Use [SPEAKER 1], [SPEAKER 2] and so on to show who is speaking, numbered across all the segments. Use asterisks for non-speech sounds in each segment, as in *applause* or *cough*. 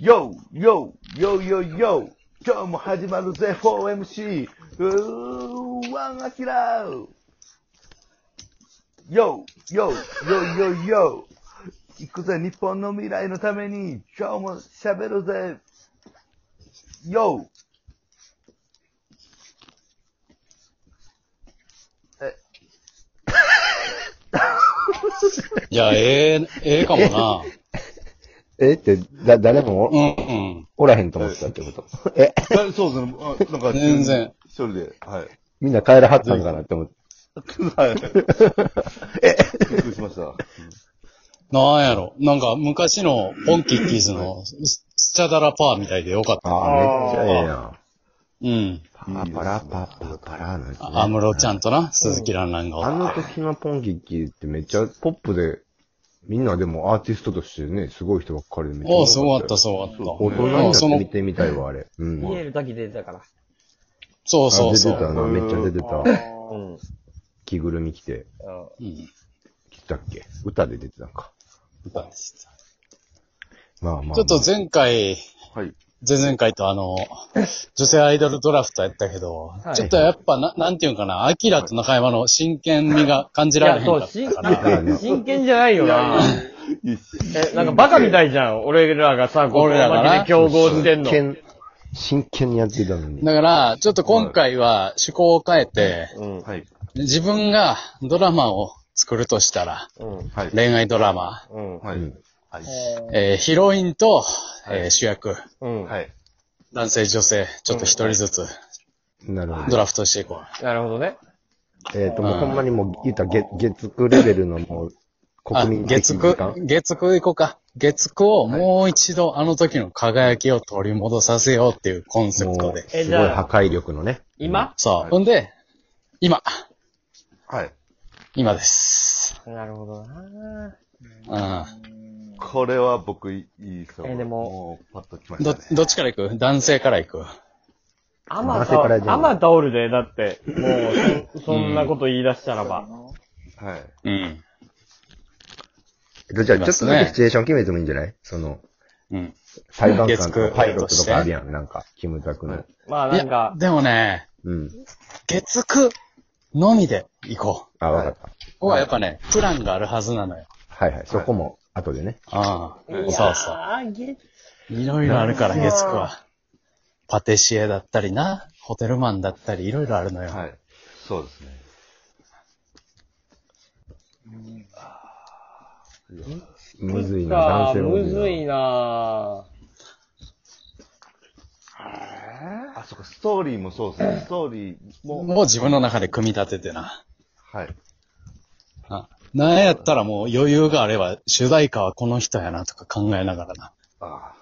[SPEAKER 1] よよよよよ今日も始まるぜ 4MC! うーワンアキラーよよよよよ行くぜ日本の未来のために今日も喋るぜよ
[SPEAKER 2] いや、ええええかも
[SPEAKER 3] えって、だ、誰もお,、
[SPEAKER 2] な。 *laughs* うん、
[SPEAKER 3] らへんと思ってたってこと。え、
[SPEAKER 1] えそうですね。あなん
[SPEAKER 2] う
[SPEAKER 1] か
[SPEAKER 2] ん。全。然。
[SPEAKER 1] 一人で。はい。
[SPEAKER 3] みんな帰らはったんかなって思って。
[SPEAKER 1] はい。びっくりしました。
[SPEAKER 2] なんやろ。なんか、昔の、ポンキッキーズの、ススチャダラパーみたいでよかった。
[SPEAKER 3] ああ、めっちゃええやん。
[SPEAKER 2] うん。
[SPEAKER 3] パパラパパパラなんですね
[SPEAKER 2] 安室ちゃんとな、鈴木蘭蘭がおっ
[SPEAKER 3] あ
[SPEAKER 2] た。
[SPEAKER 3] の時のポンキッキーってめっちゃポップで、みんなでもアーティストとしてね、すごい人ばっかりでめっちゃ
[SPEAKER 2] お
[SPEAKER 3] 良
[SPEAKER 2] う、すごかった、
[SPEAKER 3] よ
[SPEAKER 2] すごかった。
[SPEAKER 3] 大人に
[SPEAKER 2] う
[SPEAKER 3] なんって
[SPEAKER 2] その
[SPEAKER 3] 見てみたいわ、あれ。うん。
[SPEAKER 4] 家の時出てたから。
[SPEAKER 2] そうそうそ
[SPEAKER 3] あ出てた
[SPEAKER 2] う。
[SPEAKER 3] な、めっちゃ出て
[SPEAKER 1] あ
[SPEAKER 3] た。
[SPEAKER 1] ー
[SPEAKER 4] うん。うん。
[SPEAKER 3] 着ぐるみ着て、
[SPEAKER 2] うん。
[SPEAKER 3] 着てたっけ歌で出てたんか。
[SPEAKER 2] 歌でした
[SPEAKER 3] まあまあ、まあ。
[SPEAKER 2] ちょっと前回、
[SPEAKER 1] はい。
[SPEAKER 2] 前々回とあの、女性アイドルドラフトやったけど、
[SPEAKER 4] はい
[SPEAKER 2] ちょっとやっぱな、なんていうんかな、アキラと中山の真剣味が感じ
[SPEAKER 4] い
[SPEAKER 2] られ
[SPEAKER 4] や、
[SPEAKER 2] へんか
[SPEAKER 4] そ
[SPEAKER 2] っ
[SPEAKER 4] う、真
[SPEAKER 2] たから。
[SPEAKER 3] ら
[SPEAKER 4] 真剣じゃないよな。
[SPEAKER 1] いいっす
[SPEAKER 4] え、なんかバカみたいじゃん。俺らがさ、
[SPEAKER 2] 俺らがな
[SPEAKER 4] ここまで競合してんの。
[SPEAKER 3] 真剣、真剣にやってたのに。
[SPEAKER 2] だから、ちょっと今回は趣向を変えて、
[SPEAKER 4] うん。
[SPEAKER 1] はい。
[SPEAKER 2] 自分がドラマを作るとしたら、
[SPEAKER 4] うん。
[SPEAKER 1] はい。
[SPEAKER 2] 恋愛ドラマ、
[SPEAKER 4] うん。
[SPEAKER 1] はい。はい。
[SPEAKER 2] えーヒロインと、えー主役、
[SPEAKER 4] うん。
[SPEAKER 1] はい。
[SPEAKER 2] 男性女性、ちょっと一人ずつ
[SPEAKER 3] なるほど。
[SPEAKER 2] ドラフトしていこ
[SPEAKER 4] なるほどね。
[SPEAKER 3] えっ、と、もう
[SPEAKER 2] うん
[SPEAKER 3] ほんまにもう、言ったら月、月9レベルのもう、
[SPEAKER 2] う。あ、
[SPEAKER 3] 国民的
[SPEAKER 2] 月
[SPEAKER 3] 時
[SPEAKER 2] 九
[SPEAKER 3] 間、
[SPEAKER 2] 月九行こうか。月九をもう一度あの時の輝きを取り戻させようっていうコンセプ
[SPEAKER 3] も
[SPEAKER 2] ト
[SPEAKER 3] う、
[SPEAKER 2] で。
[SPEAKER 3] す
[SPEAKER 4] えじ
[SPEAKER 3] ごい
[SPEAKER 4] ゃあ
[SPEAKER 3] 破壊力のね。
[SPEAKER 4] 今
[SPEAKER 2] そう
[SPEAKER 1] は。い
[SPEAKER 2] ほんで、今、
[SPEAKER 1] はい。
[SPEAKER 2] 今です。
[SPEAKER 4] なるほどな。
[SPEAKER 2] うん。
[SPEAKER 1] これは僕、いいそう。
[SPEAKER 4] えでも
[SPEAKER 1] う、パッと来ま
[SPEAKER 2] ど、
[SPEAKER 1] したね。
[SPEAKER 2] どっちから行く男性から行く
[SPEAKER 4] ア
[SPEAKER 3] マ
[SPEAKER 4] マ
[SPEAKER 3] タオル
[SPEAKER 4] タ、アマタオルで、だって、もう、そそんなこと言い出したらば。
[SPEAKER 1] はい。
[SPEAKER 2] うん。
[SPEAKER 3] えっとじゃあ、
[SPEAKER 2] い
[SPEAKER 3] ち
[SPEAKER 2] ま
[SPEAKER 3] ょ
[SPEAKER 2] す
[SPEAKER 3] っとだ
[SPEAKER 2] ね
[SPEAKER 3] けシチュエーション決めてもいいんじゃないその、
[SPEAKER 2] うん。
[SPEAKER 3] 裁判官
[SPEAKER 2] 月
[SPEAKER 3] と
[SPEAKER 2] 九
[SPEAKER 3] パイロットとかあるやん。なんか、キムタクの。
[SPEAKER 4] まあ
[SPEAKER 2] い
[SPEAKER 4] なん
[SPEAKER 2] や
[SPEAKER 4] か、、
[SPEAKER 2] でもね、
[SPEAKER 3] うん。
[SPEAKER 2] 月9のみで行こう。
[SPEAKER 3] あ、わかった。
[SPEAKER 2] ここはやっぱね、プランがあるはずなのよ。
[SPEAKER 3] はいはい。そこも、後でね。
[SPEAKER 2] あ
[SPEAKER 4] いや
[SPEAKER 2] あ、そうそ
[SPEAKER 4] ーゲッ
[SPEAKER 2] う。いろいろあるから、月9は。パティシエだったりな、ホテルマンだったり、いろいろあるのよ。
[SPEAKER 1] はい。そうですね。
[SPEAKER 3] むずいな、
[SPEAKER 4] か
[SPEAKER 3] 男性も
[SPEAKER 4] むずいな
[SPEAKER 1] あ、そっか、ストーリーもそうですね。ストーリーも、
[SPEAKER 2] もう自分の中で組み立ててな。
[SPEAKER 1] はい。
[SPEAKER 2] あなんやったらもう余裕があれば、主題歌はこの人やなとか考えながらな。
[SPEAKER 1] あ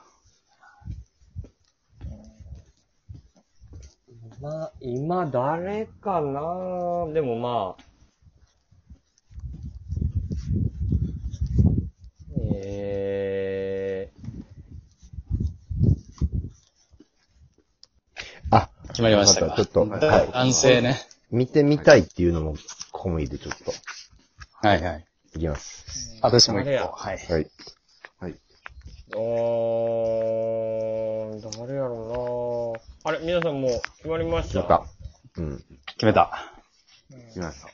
[SPEAKER 4] まあ、今誰かなでもまあ。え
[SPEAKER 3] あ、
[SPEAKER 2] 決まりました
[SPEAKER 3] わ
[SPEAKER 2] か
[SPEAKER 3] かったちょっと、
[SPEAKER 1] はい
[SPEAKER 3] はい。
[SPEAKER 2] 男性ね。
[SPEAKER 3] 見てみたいっていうのも込みでちょっと、
[SPEAKER 2] はいはい。
[SPEAKER 3] いきます。
[SPEAKER 2] 私も
[SPEAKER 4] あれ
[SPEAKER 2] 一
[SPEAKER 4] や
[SPEAKER 2] 個。はい。
[SPEAKER 3] はい。
[SPEAKER 1] あ。はい。
[SPEAKER 4] ー、おー、誰やろうなあれ、皆さんもう決まりまし
[SPEAKER 3] ま
[SPEAKER 4] た
[SPEAKER 3] た。うん。
[SPEAKER 2] 決めた。
[SPEAKER 1] 来ました。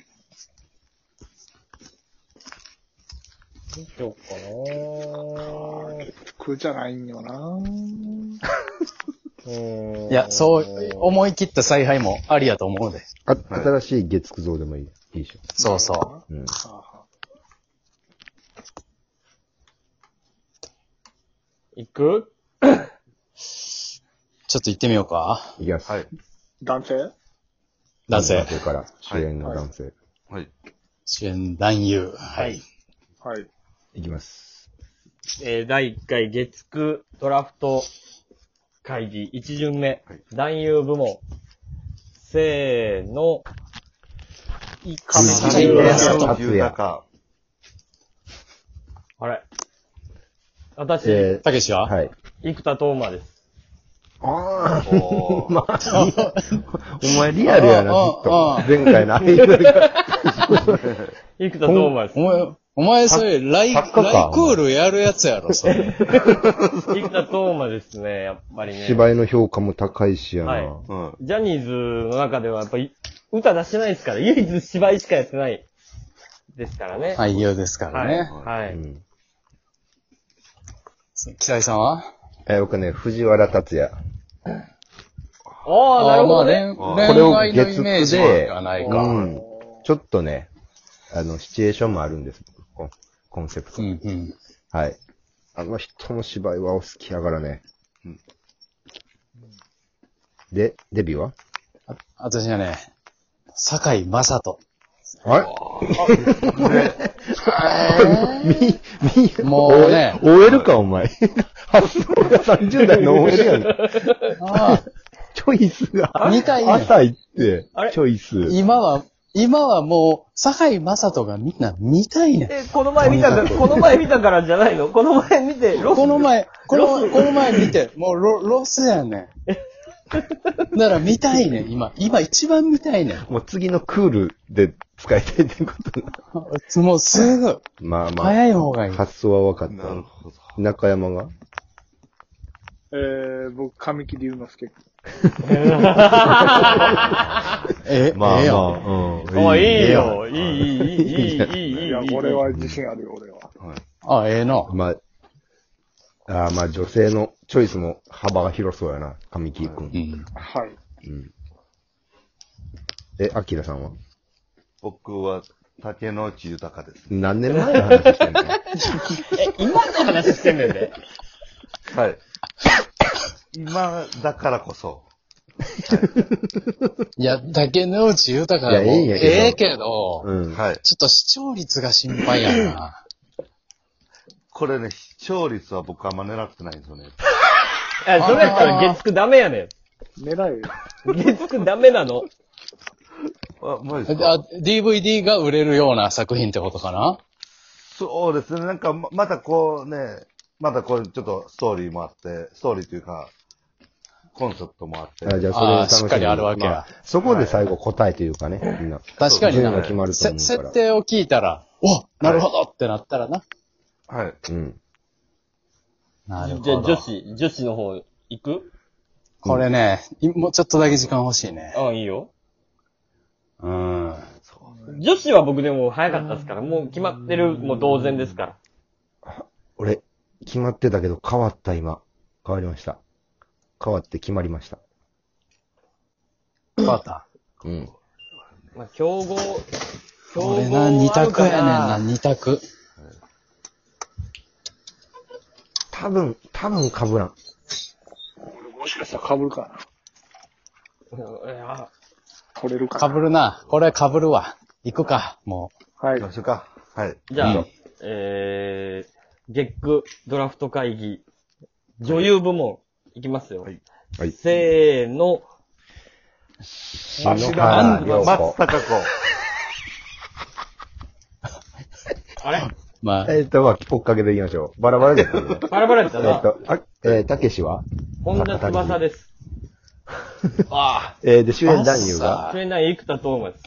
[SPEAKER 4] どうしようかな
[SPEAKER 5] 苦じゃないん
[SPEAKER 4] *laughs*
[SPEAKER 5] よな
[SPEAKER 4] うーん。
[SPEAKER 2] いや、そう、思い切った采配もありやと思うで。
[SPEAKER 3] あ、新しい月9像でもいい。いいでしょ。
[SPEAKER 2] そうそう。
[SPEAKER 3] うん。
[SPEAKER 4] 行く
[SPEAKER 2] ちょっと行ってみようか。
[SPEAKER 3] いきます。
[SPEAKER 1] はい。
[SPEAKER 5] 男性
[SPEAKER 2] 男性
[SPEAKER 3] 男。性から、主演の男性。
[SPEAKER 1] はい。
[SPEAKER 2] 主演男優。はい。
[SPEAKER 5] はい。
[SPEAKER 3] いきます。
[SPEAKER 4] えー、第1回月9ドラフト会議1巡目、
[SPEAKER 1] はい
[SPEAKER 4] 男優部門。せーの。いか
[SPEAKER 2] 藤井
[SPEAKER 1] 竜
[SPEAKER 2] 竜
[SPEAKER 1] 也。
[SPEAKER 3] 也
[SPEAKER 1] 竜也。
[SPEAKER 4] あれ。私、
[SPEAKER 3] え
[SPEAKER 2] たけし
[SPEAKER 3] ー、
[SPEAKER 2] は
[SPEAKER 3] はい。
[SPEAKER 4] 生田斗真です。
[SPEAKER 3] あ *laughs*
[SPEAKER 1] おー。
[SPEAKER 3] あ、お前リアルやな、ずっ
[SPEAKER 2] あああ
[SPEAKER 3] と。前回のアイドルが。
[SPEAKER 4] 生田斗真です。
[SPEAKER 2] お前、お前それ、ライ、ライ
[SPEAKER 3] 作家か
[SPEAKER 2] クールやるやつやろ、それ。
[SPEAKER 4] 生田斗真ですね、やっぱりね。
[SPEAKER 3] 芝居の評価も高いしやな。
[SPEAKER 4] はい
[SPEAKER 1] うん。
[SPEAKER 4] ジャニーズの中ではやっぱり歌出してないですから、唯一芝居しかやってないですからね。
[SPEAKER 2] 俳優ですからね。
[SPEAKER 4] はい。は
[SPEAKER 3] う
[SPEAKER 4] い。
[SPEAKER 3] ん
[SPEAKER 2] 北井さんは
[SPEAKER 3] え、僕ね、藤原達也。
[SPEAKER 4] おー、なるほどね。
[SPEAKER 2] まあ
[SPEAKER 1] あ
[SPEAKER 2] 恋
[SPEAKER 1] ー
[SPEAKER 2] 恋愛のイメージはないか。
[SPEAKER 3] う
[SPEAKER 2] うん
[SPEAKER 3] ん。ちょっとね、あの、シチュエーションもあるんです、コンコンセプト。
[SPEAKER 2] うん。
[SPEAKER 3] はい。あの人の芝居はお好きやからね。
[SPEAKER 1] うん
[SPEAKER 3] で、デビューは
[SPEAKER 2] 私はね、坂井正人。
[SPEAKER 3] あれ、
[SPEAKER 2] もうね
[SPEAKER 3] OL か、お前。発想が30代の OL やん。
[SPEAKER 2] ああ
[SPEAKER 3] チョイスが。
[SPEAKER 2] 見たいね
[SPEAKER 3] 浅いって
[SPEAKER 4] あれ、
[SPEAKER 3] チョイス。
[SPEAKER 2] 今は、今はもう、坂井正人がみんな見たいねん。
[SPEAKER 4] え、この前見たから、この前見たからじゃないのこの前見て、ロス
[SPEAKER 2] この前、この、この前見て、もうロ、ロスやねん。だから見たいねん、今。今一番見たいねん。
[SPEAKER 3] もう次のクールで使いたいってことな。
[SPEAKER 2] もうすぐ、
[SPEAKER 3] まあまあ。
[SPEAKER 2] 早い方がいい。
[SPEAKER 3] 発想は分かっ
[SPEAKER 1] なる
[SPEAKER 3] た。
[SPEAKER 1] ほど。
[SPEAKER 3] 中山が
[SPEAKER 5] えー、僕、神木隆之介。
[SPEAKER 2] え、
[SPEAKER 3] まあ
[SPEAKER 2] ええ
[SPEAKER 3] ま
[SPEAKER 2] やん
[SPEAKER 3] あ、うん。
[SPEAKER 4] おい、いい
[SPEAKER 3] やん。
[SPEAKER 4] よ。いい、いい、いい、いい、いい、いい。
[SPEAKER 5] いや、俺は自信あるよ、俺は。
[SPEAKER 2] あ、ええな。
[SPEAKER 3] まあ、ああまあ女性のチョイスの幅が広そうやな、神木く。
[SPEAKER 2] うんん。
[SPEAKER 5] はい。
[SPEAKER 3] うん。え、アキラさんは
[SPEAKER 1] 僕は、竹野内豊です。
[SPEAKER 3] 何年前の話してんの
[SPEAKER 4] え、今の話してんねんで。
[SPEAKER 1] はい。今だからこそ。
[SPEAKER 2] いや、竹野内豊かも
[SPEAKER 3] いやいいんやけど
[SPEAKER 2] ええけど、
[SPEAKER 3] うん。
[SPEAKER 1] はい。
[SPEAKER 2] ちょっと視聴率が心配やな。
[SPEAKER 1] これね、視聴率は僕あんま狙ってないんですよね。
[SPEAKER 4] え、それやったら月9ダメやね
[SPEAKER 5] 狙えよ。
[SPEAKER 4] ん。月9ダメなの。
[SPEAKER 1] あ、マジですか
[SPEAKER 2] あ DVD が売れるような作品ってことかな
[SPEAKER 1] そうですね。なんかま、またこうね、またこれちょっとストーリーもあって、ストーリーというか、コンセプトもあって。
[SPEAKER 3] あじゃあそれを
[SPEAKER 2] あ
[SPEAKER 3] 楽
[SPEAKER 2] ー
[SPEAKER 3] しみ
[SPEAKER 2] し
[SPEAKER 3] に
[SPEAKER 2] っかりあるわけや
[SPEAKER 3] まあそこで最後答えというかね、みんな。
[SPEAKER 2] 確かに
[SPEAKER 3] 順位が
[SPEAKER 2] な。
[SPEAKER 3] 決まると
[SPEAKER 2] せ
[SPEAKER 3] 思うから
[SPEAKER 2] 設定を聞いたら、おなるほどってなったらな。
[SPEAKER 1] はい。
[SPEAKER 3] うん。
[SPEAKER 2] なるほ
[SPEAKER 4] じゃあ
[SPEAKER 2] ど。
[SPEAKER 4] 女子、女子の方行く
[SPEAKER 2] これね、いもうちょっとだけ時間欲しいね。
[SPEAKER 4] うん、いいよ。
[SPEAKER 2] うん。
[SPEAKER 4] 女子は僕でも早かったですから、もう決まってる、もう同然ですから。
[SPEAKER 3] 俺、決まってたけど変わった今。変わりました。変わって決まりました。
[SPEAKER 2] 変わった。
[SPEAKER 3] うん。
[SPEAKER 4] まあ、競合、競合
[SPEAKER 2] これな、二択やねん
[SPEAKER 4] あ
[SPEAKER 2] な、
[SPEAKER 4] るか
[SPEAKER 2] 二択。
[SPEAKER 3] 多分、多分被らん。
[SPEAKER 5] もしかしたら被るかな。
[SPEAKER 4] うんいや
[SPEAKER 5] 取れるか
[SPEAKER 2] 被るな。これ被るわ。行くか、も
[SPEAKER 5] な。はい
[SPEAKER 1] 行き。ましょうか。はい。
[SPEAKER 4] じゃあ、
[SPEAKER 2] うん
[SPEAKER 4] えー、月9ドラフト会議、女優部門、いきますよ。
[SPEAKER 1] はい
[SPEAKER 3] はい
[SPEAKER 4] せーの、
[SPEAKER 3] 篠
[SPEAKER 1] あ
[SPEAKER 3] 原
[SPEAKER 1] ん
[SPEAKER 3] 涼
[SPEAKER 1] 松
[SPEAKER 3] 子。
[SPEAKER 1] たか子。
[SPEAKER 4] あれ
[SPEAKER 2] う。まあ、
[SPEAKER 3] えっと、まあ、追っかけていきましょう。バラバラですけど
[SPEAKER 2] *laughs*
[SPEAKER 3] ね
[SPEAKER 4] バラバラやった
[SPEAKER 3] えっ
[SPEAKER 4] な。
[SPEAKER 3] と、あ、えー、たけしは
[SPEAKER 4] 本田翼です。あ
[SPEAKER 3] えー、で、主演男優
[SPEAKER 4] あ、
[SPEAKER 3] が
[SPEAKER 4] それな、生田斗真です。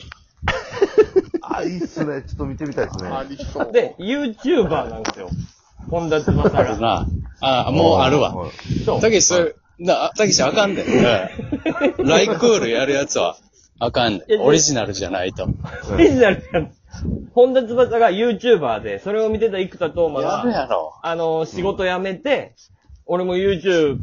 [SPEAKER 1] あ、いいっすね。ちょっと見てみたいですね。
[SPEAKER 5] ありそう。
[SPEAKER 4] で、YouTuber なんですよ。本田翼
[SPEAKER 2] ある
[SPEAKER 4] が。
[SPEAKER 2] な。ああ、もうあるわ。
[SPEAKER 1] はい
[SPEAKER 4] そう。
[SPEAKER 2] たけし、それな、たけしあかんで。
[SPEAKER 4] *laughs*
[SPEAKER 2] ライクールやるやつは、あかんで。オリジナルじゃないと。
[SPEAKER 4] オリジナルやん。本田翼が YouTuber で、それを見てた生田斗真
[SPEAKER 2] やる
[SPEAKER 4] が、
[SPEAKER 2] やろ。
[SPEAKER 4] あの、仕事辞めて、俺も YouTube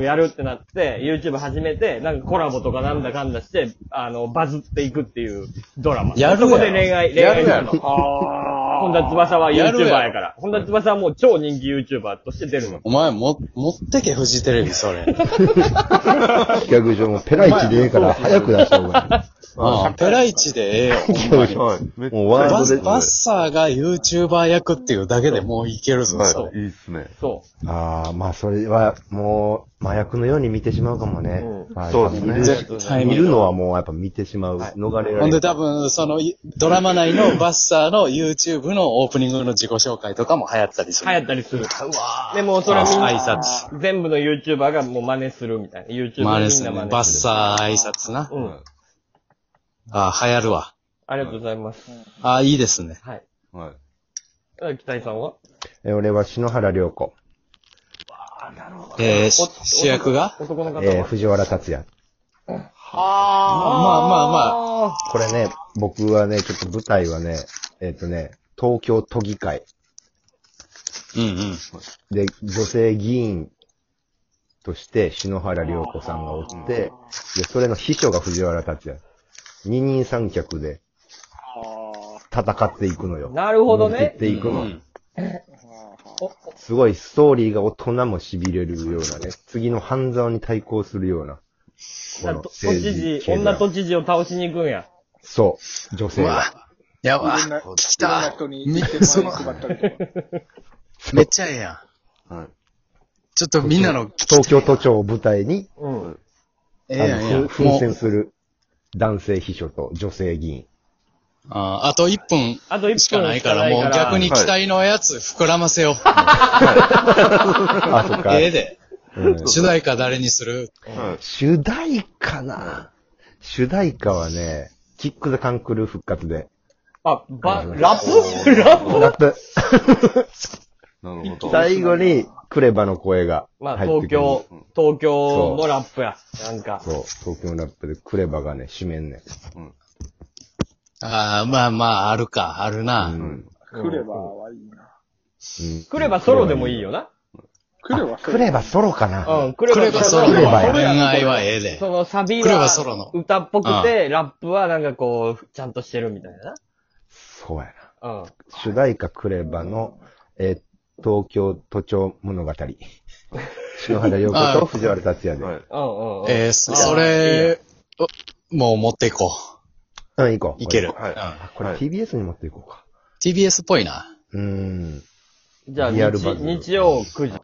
[SPEAKER 4] やるってなって、YouTube 始めて、なんかコラボとかなんだかんだして、あの、バズっていくっていうドラマ。
[SPEAKER 2] やるやろ
[SPEAKER 4] そこで恋愛、恋
[SPEAKER 2] やる
[SPEAKER 4] 愛
[SPEAKER 2] や
[SPEAKER 4] な
[SPEAKER 2] ろ
[SPEAKER 4] の。
[SPEAKER 5] あ
[SPEAKER 4] 本田翼は YouTuber
[SPEAKER 2] やるやろ
[SPEAKER 4] やから。本田翼はもう超人気 YouTuber として出るの。
[SPEAKER 2] お前、も、持ってけ、フジテレビ、それ。
[SPEAKER 3] 企画上もペライチでええから早く出した方が
[SPEAKER 2] うん。ペライチでええ *laughs* よ。
[SPEAKER 1] めっち
[SPEAKER 3] いい。もうワ
[SPEAKER 2] バ
[SPEAKER 3] ー
[SPEAKER 2] ス
[SPEAKER 3] ルド
[SPEAKER 2] バッ
[SPEAKER 3] で。
[SPEAKER 2] サーが YouTuber 役っていうだけでもういけるぞ、
[SPEAKER 1] ゃ
[SPEAKER 2] そ
[SPEAKER 1] はい。い
[SPEAKER 2] れ。
[SPEAKER 1] いっすね。
[SPEAKER 4] そ
[SPEAKER 3] ああ、まあそれは、もう、麻薬のように見てしまうかもね。
[SPEAKER 4] う
[SPEAKER 3] はい
[SPEAKER 1] そうですね
[SPEAKER 2] 絶対
[SPEAKER 3] 見
[SPEAKER 2] 見
[SPEAKER 3] る
[SPEAKER 2] る。
[SPEAKER 3] のはもうやっぱ見てしまう。逃れられな
[SPEAKER 2] ほ
[SPEAKER 3] い
[SPEAKER 2] んで多分、その、いドラマ内のバッサーの YouTube のオープニングの自己紹介とかも流行ったりす
[SPEAKER 4] う。
[SPEAKER 2] る。
[SPEAKER 4] 流行ったりする。でも、それはみん
[SPEAKER 2] 挨
[SPEAKER 4] な、
[SPEAKER 2] 拶。
[SPEAKER 4] 全部の YouTuber がもう真似するみたいな。YouTuber みんな
[SPEAKER 2] まあで
[SPEAKER 4] 真似
[SPEAKER 2] す
[SPEAKER 4] す
[SPEAKER 2] ね
[SPEAKER 4] る。、
[SPEAKER 2] バッサー挨拶な。
[SPEAKER 4] うん。
[SPEAKER 2] あ流行るわ。
[SPEAKER 4] ありがとうございます。
[SPEAKER 2] あいいですね。
[SPEAKER 4] はい。
[SPEAKER 1] はい。
[SPEAKER 4] え北井さんは
[SPEAKER 3] え俺は篠原涼子、
[SPEAKER 2] えー、
[SPEAKER 4] お
[SPEAKER 2] し主役が
[SPEAKER 4] 男の方は、
[SPEAKER 3] えー藤原達也。
[SPEAKER 2] まあまあまあ。
[SPEAKER 3] これね、僕はね、ちょっと舞台はね、えっ、とね、東京都議会
[SPEAKER 2] うんうん。
[SPEAKER 3] で女性議員として篠原涼子さんがおって、で、それの秘書が藤原達也。二人三脚で戦っていくのよ。
[SPEAKER 4] なるほど
[SPEAKER 3] 乗り切
[SPEAKER 4] ね
[SPEAKER 3] っ。ていくの。
[SPEAKER 2] うん
[SPEAKER 3] すごいストーリーが大人も痺れるようなね、次の半沢に対抗するような。
[SPEAKER 4] じゃあ、都知
[SPEAKER 3] 政治
[SPEAKER 4] 事、
[SPEAKER 3] 経済
[SPEAKER 4] 女都知事を倒しに行くんや。
[SPEAKER 3] そう、女性
[SPEAKER 2] う
[SPEAKER 3] が。
[SPEAKER 2] わ、やば。
[SPEAKER 5] いろんな
[SPEAKER 2] 聞き
[SPEAKER 5] いろんな
[SPEAKER 2] た
[SPEAKER 5] 人に
[SPEAKER 2] め
[SPEAKER 5] 言
[SPEAKER 2] っ
[SPEAKER 5] って
[SPEAKER 2] そ
[SPEAKER 5] 前
[SPEAKER 2] の
[SPEAKER 5] に配ったりとか。
[SPEAKER 2] めっちゃええやん。
[SPEAKER 6] はい
[SPEAKER 2] ちょっとみんなの聞きたい
[SPEAKER 3] 東京都庁を舞台に、
[SPEAKER 4] うん。
[SPEAKER 2] え
[SPEAKER 3] あ
[SPEAKER 2] え
[SPEAKER 3] の
[SPEAKER 2] やんええやん。
[SPEAKER 3] ふん
[SPEAKER 2] も
[SPEAKER 3] 奮戦
[SPEAKER 2] う、
[SPEAKER 3] する男性秘書と女性議員。
[SPEAKER 2] あーあと1分
[SPEAKER 4] あと1分
[SPEAKER 2] しかないから、もう逆に期待のやつ膨らませよ
[SPEAKER 3] あ、そっ
[SPEAKER 2] う。
[SPEAKER 3] か。
[SPEAKER 2] ええで。
[SPEAKER 3] うん
[SPEAKER 2] 主題歌誰にする
[SPEAKER 6] はい。
[SPEAKER 3] 主題歌な主題歌はね、キック・ザ・カンクルー復活で。
[SPEAKER 4] あ、ば、ラップラップ
[SPEAKER 3] ラップ
[SPEAKER 6] なるほど。
[SPEAKER 3] 最後に、クレバの声が
[SPEAKER 4] まあ、
[SPEAKER 3] 入って
[SPEAKER 4] 東
[SPEAKER 3] くる。
[SPEAKER 4] 京、東京のラップや。なんか。
[SPEAKER 3] そう、東京ラップでクレバがね、締めんねん。
[SPEAKER 2] ああ、まあまあ、あるか、あるな。
[SPEAKER 3] うん。
[SPEAKER 5] クレバーはいいな。
[SPEAKER 4] 来ればソロでもいいよな。
[SPEAKER 5] クレバーそう
[SPEAKER 3] クレバソロか
[SPEAKER 4] う
[SPEAKER 3] な。
[SPEAKER 4] ん、来れ
[SPEAKER 2] クレバソロの
[SPEAKER 3] クレバや
[SPEAKER 2] 恋愛はええで
[SPEAKER 4] そ。のサビ
[SPEAKER 2] クレバ
[SPEAKER 4] は
[SPEAKER 2] ソロの
[SPEAKER 4] 歌っぽくて、ラップはなんかこう、ちゃんとしてるみたいな。
[SPEAKER 3] そうやな。
[SPEAKER 4] うん。
[SPEAKER 3] 主題歌クレバの、えー東京都庁物語。篠原陽子と藤原達也で。
[SPEAKER 6] はい。
[SPEAKER 4] うんうんうん。
[SPEAKER 2] えーそ
[SPEAKER 4] あー
[SPEAKER 2] そ
[SPEAKER 4] いいや
[SPEAKER 2] れ、おもう持っていこ
[SPEAKER 3] うん、行こ
[SPEAKER 2] う。
[SPEAKER 3] う。
[SPEAKER 2] いける。
[SPEAKER 6] はい
[SPEAKER 2] うん
[SPEAKER 3] あ。これ
[SPEAKER 6] はい
[SPEAKER 3] TBS に持っていこうか。
[SPEAKER 2] TBS っぽいな。
[SPEAKER 3] うーん。
[SPEAKER 4] じゃあ
[SPEAKER 3] リアル
[SPEAKER 4] 日
[SPEAKER 3] バズ
[SPEAKER 4] 日曜9時。